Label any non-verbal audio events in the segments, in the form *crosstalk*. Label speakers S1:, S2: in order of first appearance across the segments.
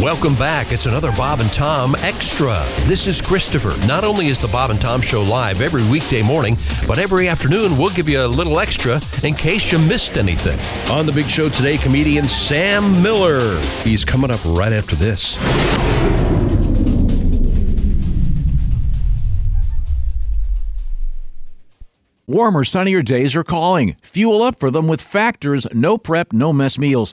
S1: Welcome back. It's another Bob and Tom Extra. This is Christopher. Not only is the Bob and Tom Show live every weekday morning, but every afternoon we'll give you a little extra in case you missed anything. On the big show today, comedian Sam Miller. He's coming up right after this.
S2: Warmer, sunnier days are calling. Fuel up for them with Factors no prep, no mess meals.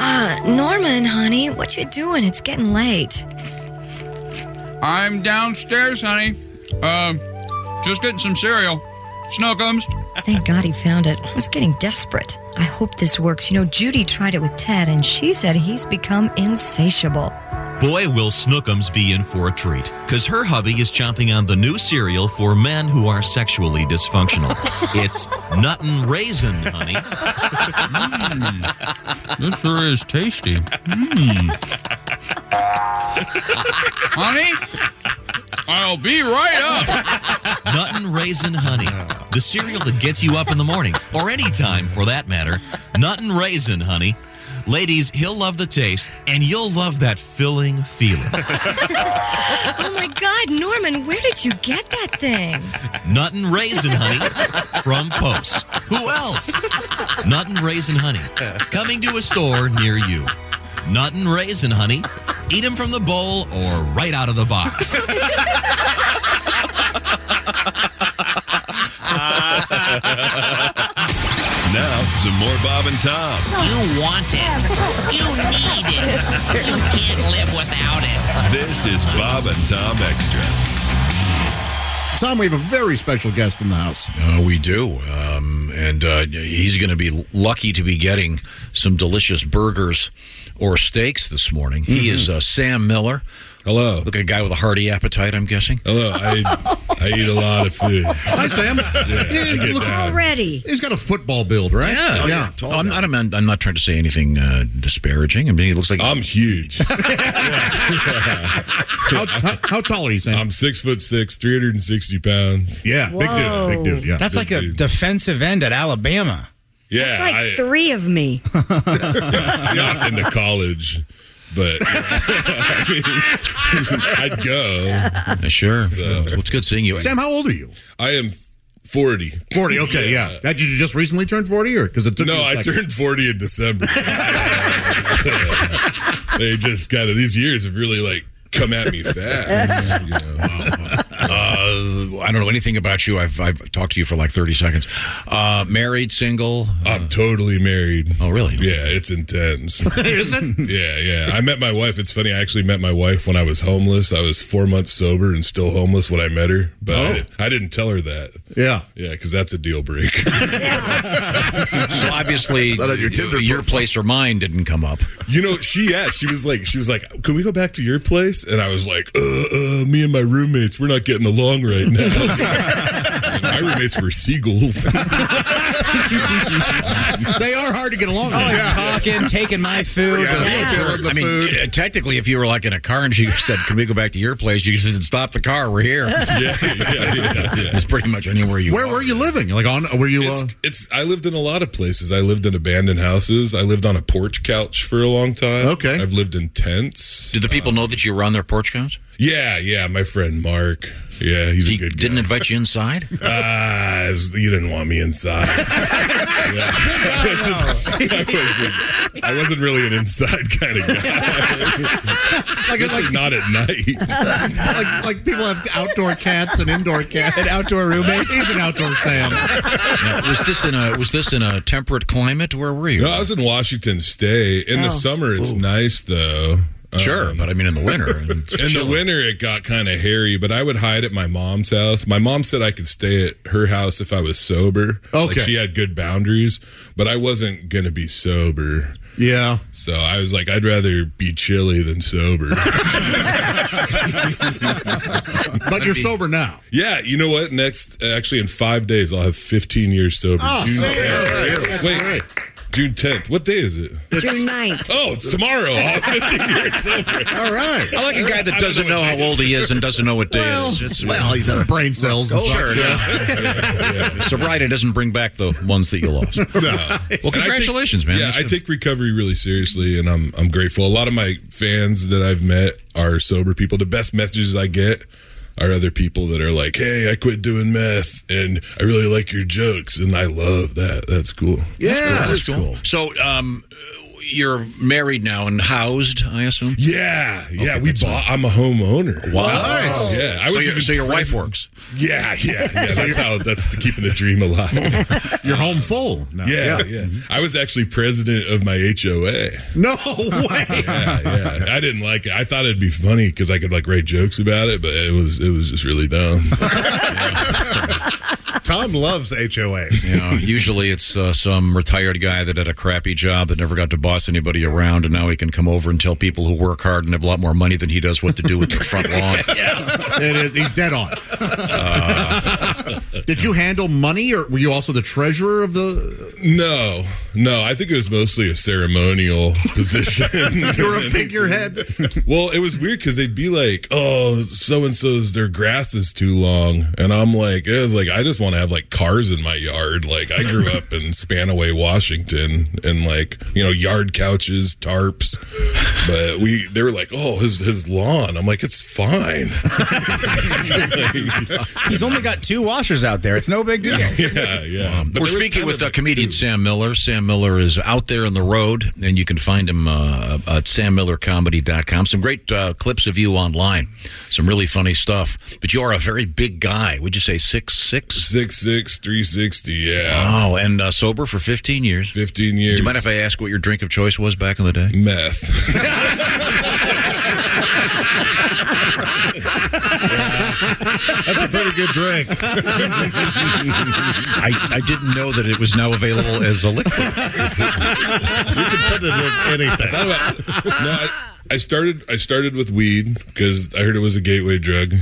S3: Ah, Norman, honey, what you doing? It's getting late.
S4: I'm downstairs, honey. Um, just getting some cereal. Snuggums.
S3: Thank God he found it. I was getting desperate. I hope this works. You know, Judy tried it with Ted, and she said he's become insatiable.
S5: Boy, will Snookums be in for a treat, because her hubby is chomping on the new cereal for men who are sexually dysfunctional. it's nut and raisin, honey.
S4: This sure is tasty. honey, I'll be right up.
S5: nut and raisin, honey. The cereal that gets you up in the morning, or any time for that matter. Nut and raisin, honey. Ladies, he'll love the taste, and you'll love that filling feeling.
S3: Oh my God, Norman, where did you get that thing?
S5: Nut and Raisin Honey from Post. Who else? Nut and Raisin Honey. Coming to a store near you. Nut and Raisin Honey. Eat 'em from the bowl or right out of the box.
S6: Now, some more Bob and Tom.
S7: You want it. You need it. You can't live without it.
S6: This is Bob and Tom Extra.
S8: Tom, we have a very special guest in the house.
S9: Uh, we do. Um, and uh, he's going to be lucky to be getting some delicious burgers or steaks this morning. He is uh, Sam Miller.
S6: Mm-hmm. Hello.
S9: Look, a guy with a hearty appetite, I'm guessing.
S6: Hello. I, I eat a lot of food.
S8: Hi, Sam.
S6: I get
S8: looks-
S6: down.
S3: Already.
S8: he's got a football build, right?
S9: Yeah,
S8: yeah.
S9: Oh, I'm not. I'm, I'm not trying to say anything uh, disparaging. I mean, he looks like *laughs*
S6: I'm huge.
S8: How, how, how tall are you, Sam?
S6: I'm six foot six, 360 pounds.
S8: yeah, big
S3: Whoa.
S8: dude. Big dude. Yeah.
S10: That's like a defensive end at Alabama.
S6: Yeah.
S3: Like
S6: I-
S3: three of me.
S6: not into college, but *laughs* I would go.
S9: Uh, sure. Well, it's good seeing you.
S8: Sam, how old are you?
S6: I am 40.
S8: 40. Okay, yeah. That- Did you just recently turn 40 or because it took
S6: No,
S8: you a
S6: I
S8: second.
S6: turned 40 in
S9: *laughs*
S6: December. they just kind of, these years have really like come at me fast. you know. Uh,
S9: Uh, I don't know anything about you. I've, I've talked to you for like 30 seconds. Uh, married, single? uh,
S6: I'm totally married.
S9: Oh, really?
S6: Yeah, it's intense.
S9: *laughs* Is it?
S6: Yeah, yeah. I met my wife. It's funny. I actually met my wife when I was homeless. I was four months sober and still homeless when I met her, but
S9: Oh.
S6: I, I didn't tell her that.
S8: Yeah.
S6: Yeah, because that's a deal breaker.
S9: so obviously, your place or mine didn't come up.
S6: You know, she asked. She was like, she was like, "Can we go back to your place?" And I was like, "Uh, uh me and my roommates, we're not getting along right now." *laughs* my roommates were
S8: *laughs*
S6: seagulls.
S8: they are hard to get along
S10: with. Talking, taking my food.
S9: I mean, uh, technically, if you were like in a car and she said, "Can we go back to your place?" You said, "Stop the car. We're here."
S6: yeah, yeah, yeah, yeah.
S9: It's pretty much anywhere you.
S8: Where
S9: are.
S8: were you living? Like on? Were you? uh,
S6: It's, it's. I lived in a lot of places. I lived in abandoned houses. I lived on a porch couch for a long time.
S8: Okay.
S6: I've lived in tents.
S9: Did the people know that you were on their porch couch?
S6: Yeah, yeah. My friend Mark. Yeah, he's
S9: He
S6: a good.
S9: didn't invite you *laughs* inside.
S6: Ah, it was- you didn't want me inside. *laughs* Yeah. I, wasn't, I wasn't- I wasn't really an inside kind
S8: *laughs*
S6: of guy.
S8: Like-
S6: like,
S8: like-
S6: not at
S8: *laughs*
S6: night.
S8: like, like people have outdoor cats and
S6: *laughs*
S8: indoor cats.
S10: An outdoor roommate.
S8: He's an outdoor Sam.
S9: Now, was this in a was this in a temperate climate? Where were you?
S6: No, I was in Washington State. In
S11: Oh.
S6: the summer, it's nice though.
S9: sure,
S6: Um,
S9: but I mean in the winter. In
S6: In the winter, it got kind of hairy, but I would hide at my mom's house. My mom said I could stay at her house if I was sober. Like
S8: Okay.
S6: she had good boundaries, but I wasn't going to be sober.
S8: Yeah.
S6: So I was like, I'd rather be chilly than sober. *laughs*
S8: But you're sober now.
S6: yeah, you know what? Next, actually, in five days, I'll have 15 years sober.
S8: Oh,
S6: June
S8: Sam.
S6: 10th.
S8: That's
S6: Wait,
S8: great.
S6: June 10th. What day is it?
S11: June 9th.
S6: Oh, it's tomorrow. I'll have 15
S8: *laughs*
S6: years sober.
S8: All
S6: *laughs*
S8: right.
S9: I *laughs* like a guy that doesn't know how old he is and doesn't know what day
S8: Well,
S9: it *laughs* is. It's,
S8: well, he's out of brain cells and such. yeah.
S9: sobriety doesn't bring back the ones that you *laughs* lost.
S6: No.
S9: Well,
S6: And I take-
S9: congratulations, man.
S6: Yeah,
S9: That's
S6: I
S9: good.
S6: take recovery really seriously, and I'm I'm grateful. A lot of my fans that I've met are sober people. The best messages I get are other people that are like, "Hey, I quit doing meth, and I really like your jokes, and I love that. That's cool."
S8: Yeah.
S9: That's cool. So, um, you're married now and housed, I assume.
S6: Yeah, yeah. we bought. I'm a homeowner.
S9: Wow.
S6: Nice. Yeah, I
S9: so,
S6: was
S9: your,
S6: even
S9: so your wife
S6: present-
S9: works.
S6: *laughs* Yeah, yeah, yeah.
S9: *laughs*
S6: That's how. That's the keeping the dream alive.
S8: You're home full. now.
S6: Yeah, yeah. I was actually president of my
S9: *laughs*
S6: HOA.
S8: No way.
S6: *laughs* yeah, yeah. I didn't like it. I thought it'd be funny because I could like write jokes about it, but it was it was just really dumb.
S9: *laughs*
S12: Tom loves HOAs.
S9: You know, usually it's uh, some retired guy that had a crappy job that never got to boss anybody around, and now he can come over and tell people who work hard and have a lot more money than he does what to do with their
S6: *laughs*
S9: front lawn.
S8: It is. He's dead on.
S6: Uh,
S8: Did you handle money, or were you also the treasurer of the?
S6: no, no. I think it was mostly a ceremonial position.
S8: You
S6: *laughs*
S8: were a figurehead.
S6: well, it was weird because they'd be like, "Oh, so and so's their grass is too long," and I'm like, "It was like I just want to have like cars in my yard." Like I grew up in Spanaway, Washington, and like you know yard couches, tarps, but we they were like, "Oh, his his lawn." I'm like, "It's fine." *laughs*
S10: He's only got two washers out there. It's no big deal.
S6: yeah, yeah. But
S9: We're
S6: there was
S9: speaking
S6: kind
S9: with
S6: of
S9: uh,
S6: a-
S9: comedian Sam Miller. Sam Miller is out there on the road, and you can find him uh, at sammillercomedy.com. Some great uh, clips of you online, some really funny stuff. But you are a very big guy. Would you say six six?
S6: six six three sixty. Yeah,
S9: Oh, and uh, sober for 15 years. Do
S6: fifteen years.
S9: you mind if I ask what your drink of choice was back in the day?
S6: meth? *laughs*
S12: That's a pretty good drink.
S9: I, I didn't know that it was now available as a liquid.
S12: You can put it in anything.
S6: Thought about- no, I, I started. I started with weed because I heard it was a gateway
S8: *laughs*
S6: drug.
S8: you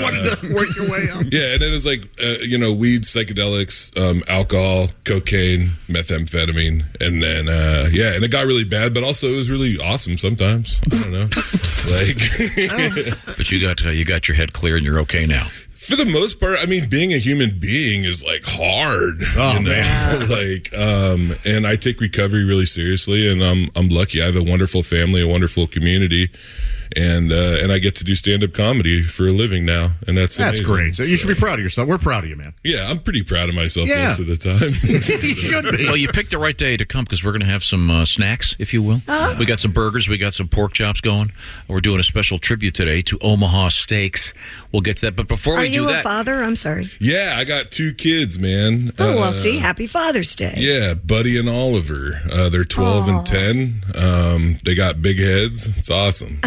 S8: wanted to work your way up.
S6: Yeah, and then it was like uh, you know weed, psychedelics, um, alcohol, cocaine, methamphetamine, and then uh, yeah, and it got really bad, but also it was really awesome sometimes. I
S8: *laughs*
S6: don't know, like. *laughs*
S9: But you got uh, you got your head clear, and you're okay now.
S6: for the most part, I mean, being a human being is like hard.
S12: Oh,
S6: man! *laughs* like, um, and I take recovery really seriously, and I'm I'm lucky. I have a wonderful family, a wonderful community, and uh, and I get to do stand up comedy for a living now, and that's
S12: That's
S6: amazing.
S12: great. So you should be proud of yourself. We're proud of you,
S6: *laughs*
S12: man.
S6: Yeah, I'm pretty proud of myself
S12: Yeah.
S6: most of the time. *laughs*
S12: you should be.
S9: Well, you picked the right day to come because we're going to have some uh, snacks, if you will.
S3: Oh.
S6: Uh-huh.
S9: We got some burgers, we got some pork chops going. We're doing a special tribute today to Omaha Steaks. We'll get to that, but before
S3: Are
S9: we do
S3: you a
S9: that,
S3: father? I'm sorry.
S6: yeah, I got two kids, man.
S3: Oh, well,
S6: Uh,
S3: see, happy Father's Day.
S6: Yeah, Buddy and Oliver. Uh, they're 12 and 10. Um, they got big heads. It's
S12: *laughs*
S6: awesome.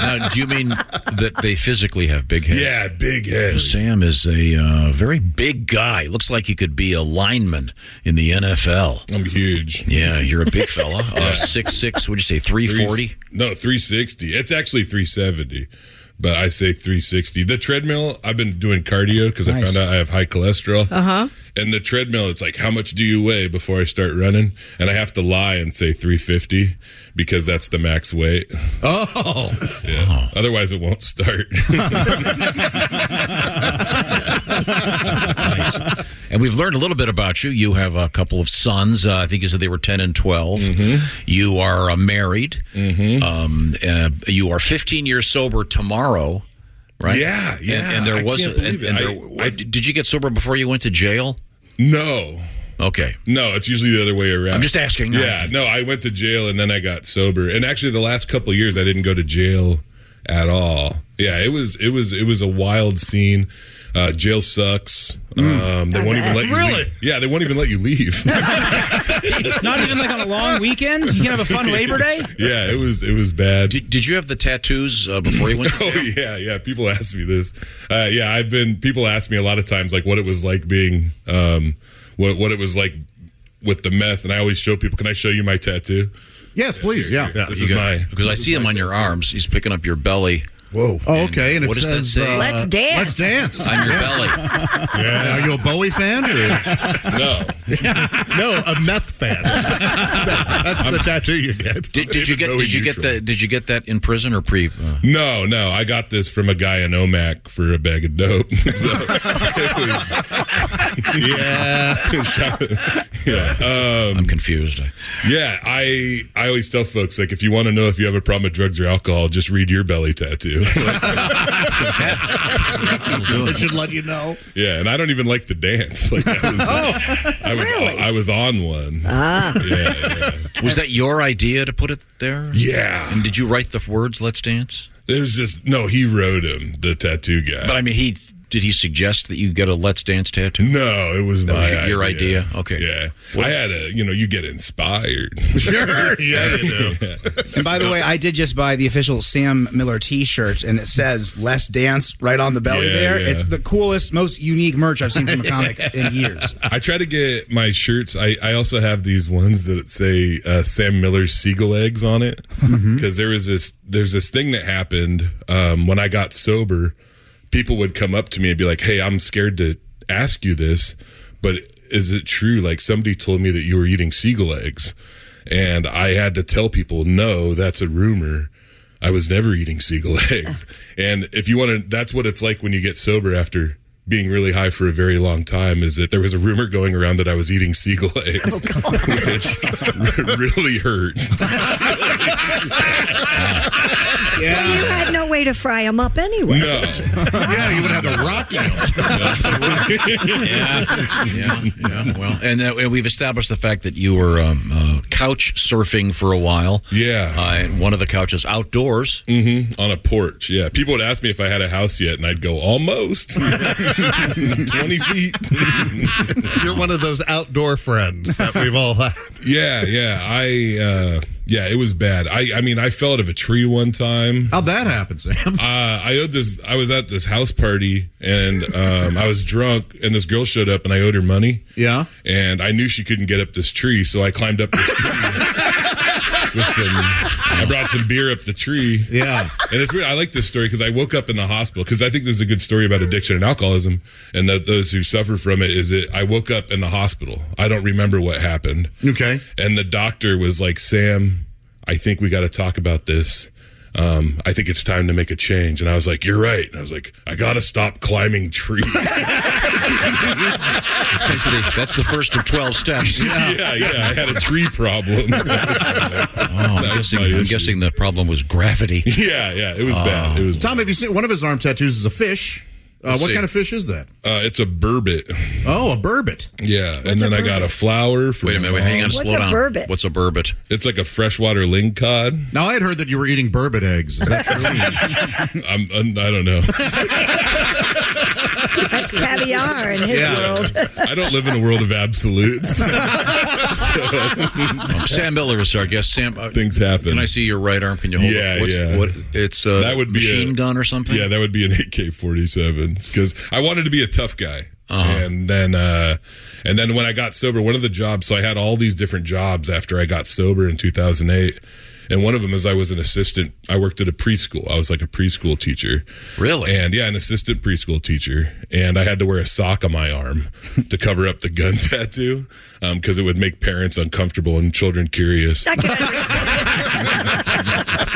S9: now, do you mean that they physically have big heads?
S6: Yeah, big heads.
S9: Sam is a uh, very big guy. Looks like he could be a lineman in the NFL.
S6: I'm huge.
S9: Yeah, you're a *laughs* big fella. Uh, six six. Would you say three forty?
S6: Three- No, 360. It's actually 370, but I say 360. The treadmill, I've been doing cardio because I
S13: Nice.
S6: found out I have high cholesterol.
S13: Uh huh.
S6: And the treadmill, it's like, how much do you weigh before I start running? And I have to lie and say 350 because that's the max
S9: *laughs*
S6: weight.
S12: Oh.
S6: Yeah. Otherwise, it won't start. *laughs*
S9: And we've learned a little bit about you. You have a couple of sons. Uh, I think you said they were 10 and 12. You are uh, married. Um, uh, you are 15 years sober tomorrow, right?
S6: Yeah,
S9: And-
S6: yeah.
S9: And,
S6: I
S9: there was.
S6: can't
S9: and-
S6: believe it.
S9: and there-
S6: I-
S9: what- did you get sober before you went to jail?
S6: No.
S9: Okay.
S6: No, it's usually the other way around.
S9: I'm just asking.
S6: Yeah, no, I went to jail and then I got sober. And actually, the last couple of years, I didn't go to jail at all. Yeah, it was it was it was a wild scene. Uh, jail sucks.
S9: Mm.
S6: um, they won't even let you
S10: Really?
S6: leave. Yeah, they won't even let you leave. *laughs*
S10: Not even like on a long weekend. You can have a fun Labor Day.
S6: yeah, it was it was bad.
S9: Did, did you have the tattoos uh, before you went? To
S6: *laughs* oh yeah, yeah. People ask me this. Uh, yeah, I've been. People ask me a lot of times, like what it was like being, um, what what it was like with the meth, and I always show people. Can I show you my tattoo?
S12: Yes, please. Yeah. yeah.
S6: This
S9: You
S6: is
S9: got-
S6: my
S9: because I see him on your arms. He's picking up your belly.
S12: Whoa. Oh, okay. And it
S9: what does that
S12: says,
S9: say?
S12: uh, Let's dance. let's dance.
S9: on your
S12: Yeah.
S9: belly.
S12: Yeah. Are you a Bowie fan? Or?
S6: no.
S12: no, a meth
S6: *laughs*
S12: fan. That's the tattoo you get.
S9: Did, did you get? Did you get the? Did you get that in prison or pre? Uh,
S6: No, no. I got this from a guy in Omac for a bag of dope. *laughs* So, *laughs*
S12: yeah.
S6: yeah. Um,
S9: I'm confused.
S6: yeah. I I always tell folks like if you want to know if you have a problem with drugs or alcohol, just read your belly tattoo. *laughs*
S12: it should let you know.
S6: yeah, and I don't even like to dance. *laughs* Like I was, I was, I was on one.
S9: Ah.
S6: Yeah,
S9: Was that your idea to put it there?
S6: Yeah.
S9: And did you write the words "Let's Dance"?
S6: It was just no. He wrote him the tattoo guy.
S9: But I mean, he did he suggest that you get a "Let's Dance" tattoo?
S6: No, it was
S9: That
S6: my
S9: was your- your idea. Okay.
S6: Yeah, I had a. You know, you get inspired. *laughs*
S12: Sure. Yeah, you do.
S10: And by the way, I did just buy the official Sam Miller T-shirt, and it says "Less Dance" right on the belly
S6: Yeah,
S10: there.
S6: yeah.
S10: It's the coolest, most unique merch I've seen
S9: *laughs*
S10: from a comic in years.
S6: *laughs* I try to get my shirts. I, I also have these ones that say uh, Sam Miller's seagull eggs on it because there was this there's this thing that happened um, when I got sober. People would come up to me and be like, "Hey, I'm scared to ask you this, but is it true? Like somebody told me that you were eating seagull eggs." And I had to tell people, no, that's a rumor. I was never eating seagull *laughs* eggs. And if you want to, that's what it's like when you get sober after being really high for a very long time is that there was a rumor going around that I was eating seagull *laughs* eggs, which *laughs* r- really hurt.
S3: Well, you had no way to fry them up anyway.
S6: No.
S12: Yeah, you would have to rock
S9: yeah, *laughs* yeah, yeah. Well, and, that, and we've established the fact that you were um, uh, couch surfing for a while.
S6: Yeah.
S9: uh, and one of the couches outdoors.
S6: hmm on a porch. Yeah. People would ask me if I had a house yet, and I'd go, almost *laughs* 20 feet.
S12: You're one of those outdoor friends that we've all had.
S6: Yeah. Yeah. I, uh, yeah, it was bad. I, I mean, I fell out of a tree one time.
S12: How'd that happen, Sam?
S6: uh, I owed this. I was at this house party and um, I was drunk, and this girl showed up, and I owed her money.
S12: Yeah.
S6: Uh-huh. And I knew she couldn't get up this tree, so I climbed up this tree.
S12: *laughs*
S6: with some, I brought some beer up the tree.
S12: Yeah.
S6: And it's weird. I like this story because I woke up in the hospital because I think this is a good story about addiction and alcoholism and that those who suffer from it is it. I woke up in the hospital. I don't remember what happened.
S12: Okay.
S6: And the doctor was like, Sam, I think we got to talk about this. um, I think it's time to make a change. And I was like, you're right. And I was like, I got to stop climbing trees.
S9: Basically, that's the first of 12 steps. *laughs*
S6: Yeah, yeah. I had a tree problem. *laughs*
S9: Oh, I'm, guessing, I'm guessing Oh. the problem was gravity.
S6: Yeah, yeah, it was bad. It was
S8: Tom, have you seen one of his arm tattoos is a fish? Uh,
S6: Let's
S8: what
S6: see.
S8: kind of fish is that?
S6: Uh, it's a burbot.
S8: Oh, a burbot.
S6: Yeah, and then I got a flower. For
S9: Wait a minute, wait, hang on, What's slow a down. burbot?
S6: What's a burbot? It's like a freshwater ling cod.
S8: Now I had heard that you were eating burbot eggs. Is that
S6: *laughs* true? I'm, I'm, I don't know.
S3: That's caviar in his world.
S6: I don't live in a world
S9: *laughs*
S6: of absolutes. *laughs*
S9: Um, Sam Miller is our guest. Sam, uh,
S6: Things happen.
S9: can I see your right arm? Can you hold
S6: yeah,
S9: it? What's,
S6: yeah.
S9: What, it's a
S6: that would be
S9: machine
S6: a,
S9: gun or something?
S6: Yeah, that would be an AK-47 because I wanted to be a tough guy.
S9: Uh-huh.
S6: And then, uh, and then when I got sober, one of the jobs. So I had all these different jobs after I got sober in 2008. And one of them is I was an assistant. I worked at a preschool. I was like a preschool teacher.
S9: Really?
S6: And yeah, an assistant preschool teacher. And I had to wear a sock on
S9: *laughs*
S6: my arm to cover up the gun *laughs* tattoo because it would make parents uncomfortable and children curious.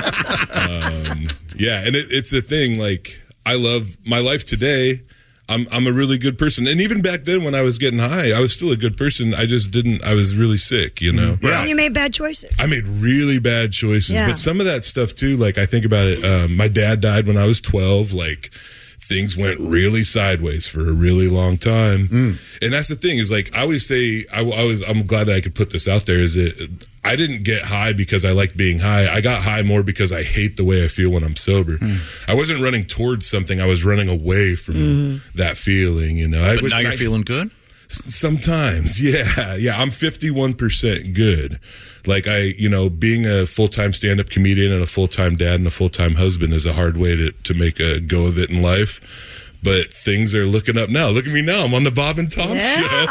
S6: um, yeah, and it, it's a thing. Like I love my life today. I'm I'm a really good person, and even back then when I was getting high, I was still a good person. I just didn't. I was really sick, you know.
S3: And you made bad choices.
S6: I made really bad choices,
S3: Yeah.
S6: but some of that stuff too. Like I think about it. Um, my dad died when I was twelve. Like things went really sideways for a really long time,
S9: Mm.
S6: and that's the thing is like I always say. I, I was. I'm glad that I could put this out there. Is it? I didn't get high because I like being high. I got high more because I hate the way I feel when I'm sober.
S9: Mm.
S6: I wasn't running towards something. I was running away from that feeling. You know. I
S9: But
S6: was
S9: now you're
S6: I-
S9: feeling good?
S6: S- Sometimes, *laughs* yeah, yeah. I'm 51% good. Like I, you know, being a full-time stand-up comedian and a full-time dad and a full-time husband is a hard way to to make a go of it in life. But things are looking up now. Look at me now. I'm on the Bob and Tom show.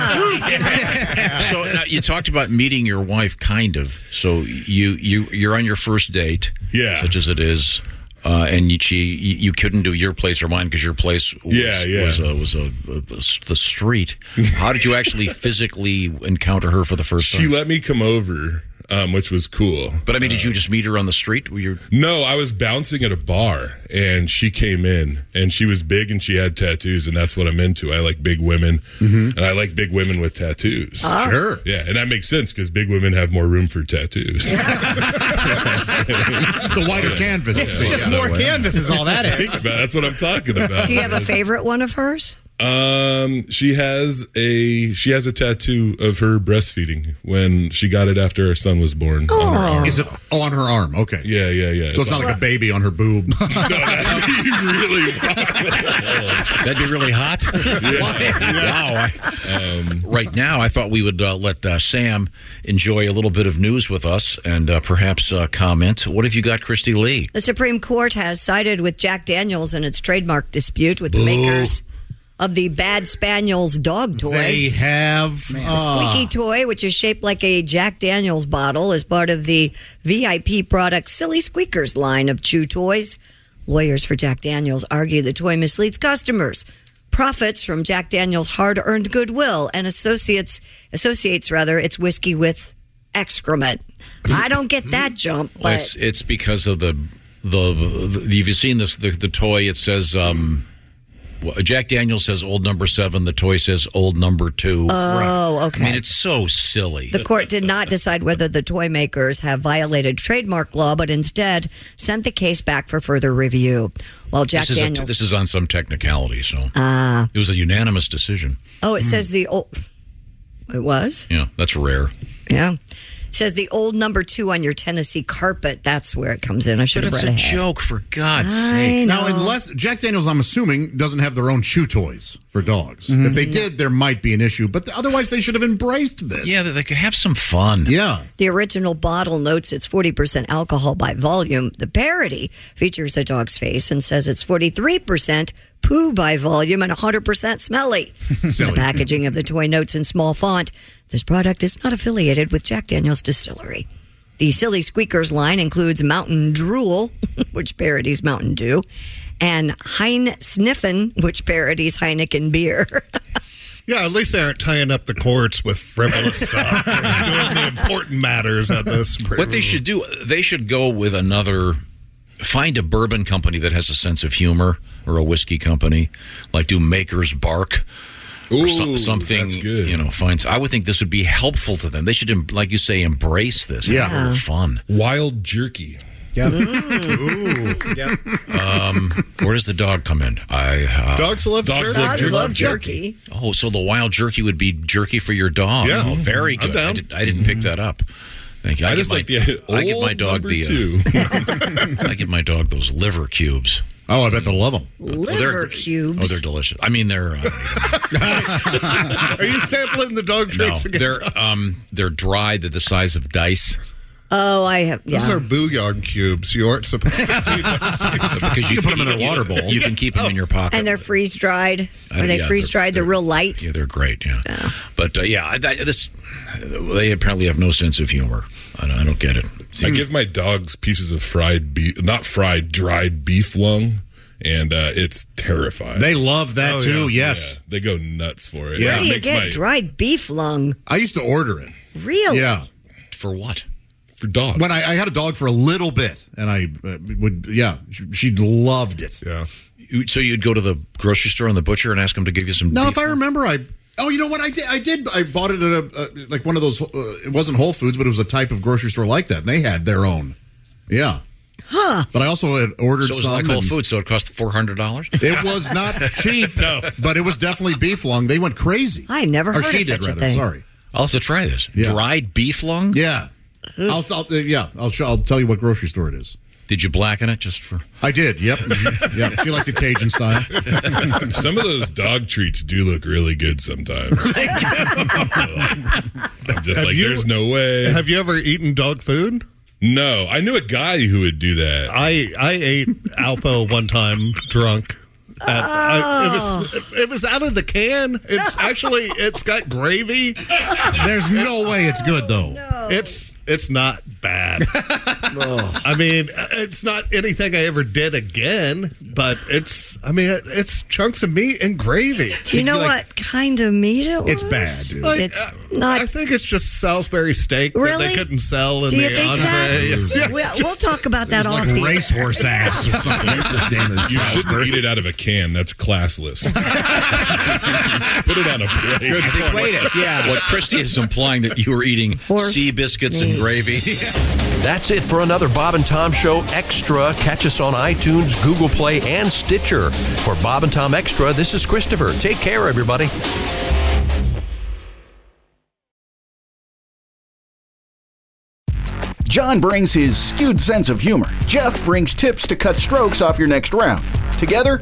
S9: so now, you talked about meeting your wife, kind of. So you you you're on your first date,
S6: Yeah.
S9: such as it is, uh, and you, she you you couldn't do your place or mine because your place was
S6: Yeah, yeah.
S9: was, a, was a, a- a s- the street. How did you
S6: *laughs*
S9: actually physically encounter her for the first
S6: *laughs* She
S9: time?
S6: let me come over, um, which was cool.
S9: But I mean,
S6: Uh,
S9: did you just meet her on the street? Were you
S6: No, I was bouncing at a bar and she came in and she was big and she had tattoos and that's what I'm into. I like big women
S3: Mm-hmm.
S6: and I like big women with tattoos.
S3: Ah.
S6: Sure. Yeah, and that makes sense because big women have more room for
S3: *laughs*
S6: tattoos. *laughs*
S8: It's a wider canvas.
S6: It's just more
S10: canvas is all that
S6: Think about it. That's what I'm talking about.
S3: Do you have a favorite one of hers?
S6: Um, she has a she has a tattoo of her breastfeeding when she got it after her son was born. on her arm.
S8: Is it oh, on her arm? Okay.
S6: Yeah, yeah, yeah.
S8: So it's not like a baby on her boob.
S6: you really
S9: that'd be really
S6: *laughs*
S9: hot. *laughs* Wow. I-
S6: Um,
S9: right now, I thought we would uh, let uh, Sam enjoy a little bit of news with us and uh, perhaps uh, comment. What have you got, Christy Lee?
S3: The Supreme Court has sided with Jack Daniels in its trademark dispute with the makers of the Bad Spaniel's dog toy.
S8: They have
S3: The
S8: uh,
S3: squeaky toy, which is shaped like a Jack Daniels bottle, is part of the VIP product Silly Squeakers line of chew toys. Lawyers for Jack Daniels argue the toy misleads customers. Profits from Jack Daniels' hard-earned goodwill and associates associates rather its whiskey with excrement. I don't get that jump,
S9: Well,
S3: but
S9: it's it's because of the the, the, if you've seen this the, the toy it says um well, Jack Daniel says old number seven. The toy says old number two.
S3: Oh, Right. okay.
S9: I mean, it's so silly.
S3: The court did
S9: *laughs*
S3: not decide whether the toy makers have violated trademark law, but instead sent the case back for further review. While Jack
S9: this is a-
S3: Daniels,
S9: this is on some technicality, so
S3: Ah.
S9: it was a unanimous decision.
S3: oh, it says the old. It was,
S9: Yeah, that's rare.
S3: yeah. It says the old number two on your Tennessee carpet. That's where it comes in. I should
S9: But
S3: have
S9: it's
S3: read
S9: a
S3: ahead.
S9: joke, for God's
S3: I
S9: sake.
S8: now,
S3: know.
S8: unless Jack Daniels, I'm assuming, doesn't have their own chew toys for dogs.
S3: Mm-hmm.
S8: If they did, there might be an issue. But otherwise, they should have embraced this.
S9: Yeah, they, they could have some fun.
S8: Yeah.
S3: The original bottle notes it's 40% alcohol by volume. The parody features a dog's face and says it's 43% poo by volume and
S9: *laughs*
S3: 100% smelly. the packaging of the toy notes in small font. This product is not affiliated with Jack Daniels Distillery. The Silly Squeakers line includes Mountain Drool, *laughs* which parodies Mountain Dew, and Hein Sniffen, which parodies Heineken beer.
S12: Yeah, at least they aren't tying up the courts with frivolous
S10: *laughs*
S12: stuff. They're doing the important matters at this.
S9: What they should do, they should go with another find a bourbon company that has a sense of humor or a whiskey company, like do Maker's Bark. or
S6: Ooh,
S9: some, something
S6: that's good.
S9: you know. Finds I would think this would be helpful to them. They should, em- like you say, embrace this. Have a little fun.
S6: Wild jerky.
S14: Yep.
S6: Ooh.
S14: Yep.
S9: Um, where does the dog come in? I uh,
S8: Dogs love Dogs
S3: *laughs*
S8: jerky. love jerky. Love jerky.
S9: Oh, so the wild jerky would be jerky for your dog.
S8: Yeah.
S9: Oh, very
S8: I'm
S9: good. I,
S8: down.
S9: did, I didn't pick that up. Thank you.
S8: I
S9: give
S8: just
S9: my,
S8: like the
S9: I give my
S8: old
S9: dog
S8: number
S9: the.
S8: two.
S9: Uh, I give my dog those liver cubes. Oh, I bet they love them.
S8: Liver
S9: cubes. Oh, they're delicious. I mean, they're. Uh,
S8: Are you sampling the dog
S9: no,
S8: drinks again?
S9: they're um, they're dry. They're the size of dice.
S3: Oh, I have. Yeah.
S8: Those are bouillon cubes. You aren't supposed to do that.
S9: because *laughs* you, put them in a water bowl. You can keep them in your pocket.
S3: and they're freeze dried.
S9: Uh,
S3: Are they
S9: yeah,
S3: freeze dried? They're, real light.
S9: Yeah, they're great. Yeah, but uh, yeah, I, I- this they apparently have no sense of humor. I don't, I don't get it.
S6: I
S8: Mm.
S6: give my dogs pieces of fried beef, not fried, dried beef lung, and uh, it's terrifying.
S8: They love that Oh, too, yeah. yes.
S6: Yeah, they go nuts for it.
S3: Where
S6: It
S3: do you
S6: makes
S3: get
S6: my-
S3: dried beef lung?
S8: I used to order it.
S3: Really?
S8: Yeah.
S9: For what?
S6: For dogs.
S8: When I, I had a dog for a little bit, and I uh, would, yeah, she, she loved it.
S6: Yeah.
S9: You- So you'd go to the grocery store and the butcher and ask him to give you some.
S8: No,
S9: beef-
S8: if I remember, I. Oh, you know what? I did. I did. I bought it at a, uh like one of those. Uh, it wasn't Whole Foods, but it was a type of grocery store like that. And they had their own. Yeah.
S3: Huh.
S8: But I also had ordered
S9: so it was
S8: some.
S9: like Whole
S8: and-
S9: Foods, so it cost four hundred dollars.
S8: It was not
S9: *laughs*
S8: cheap, but it was definitely beef lung. They went crazy.
S3: I never
S8: or
S3: heard
S8: she
S3: of
S8: did
S3: such a
S8: rather.
S3: thing.
S8: Sorry,
S9: I'll have to try this dried beef lung.
S8: Yeah, I'll, I'll uh, yeah I'll show, I'll tell you what grocery store it is.
S9: Did you blacken it just for?
S8: I did. Yep. *laughs* yep. She liked it Cajun style.
S6: Some of those dog treats do look really
S3: *laughs*
S6: good sometimes. *laughs* I'm just
S8: Have
S6: like,
S8: you-
S6: there's no way.
S8: have you ever eaten dog food?
S6: No, I knew a guy who would do that.
S8: I I ate
S6: Alpo one time drunk.
S8: at- I- it
S3: Oh.
S8: was it was out of the can.
S3: *laughs*
S8: It's actually it's got gravy. There's no way it's good though. It's it's not
S3: *laughs*
S8: bad. I mean, it's not anything I ever did again, but it's I mean, it's chunks of meat and gravy.
S3: Do you know what kind of meat it was?
S8: It's bad, dude.
S3: Like, It's not.
S8: I think it's just Salisbury steak that
S3: Really?
S8: they couldn't sell in
S3: Do you
S8: the
S3: think
S8: entree. *laughs*
S3: that? We'll, we'll talk about that off the
S8: racehorse ass or something. His name
S6: You shouldn't eat it out of a can.
S8: *laughs*
S6: That's classless. Put it on a plate.
S9: Plate it, yeah. What Christie is implying that you were eating sea biscuits and gravy.
S5: That's it for another Bob and Tom Show Extra. Catch us on iTunes, Google Play, and Stitcher. For Bob and Tom Extra, this is Christopher. Take care, everybody.
S15: John brings his skewed sense of humor. Jeff brings tips to cut strokes off your next round. Together,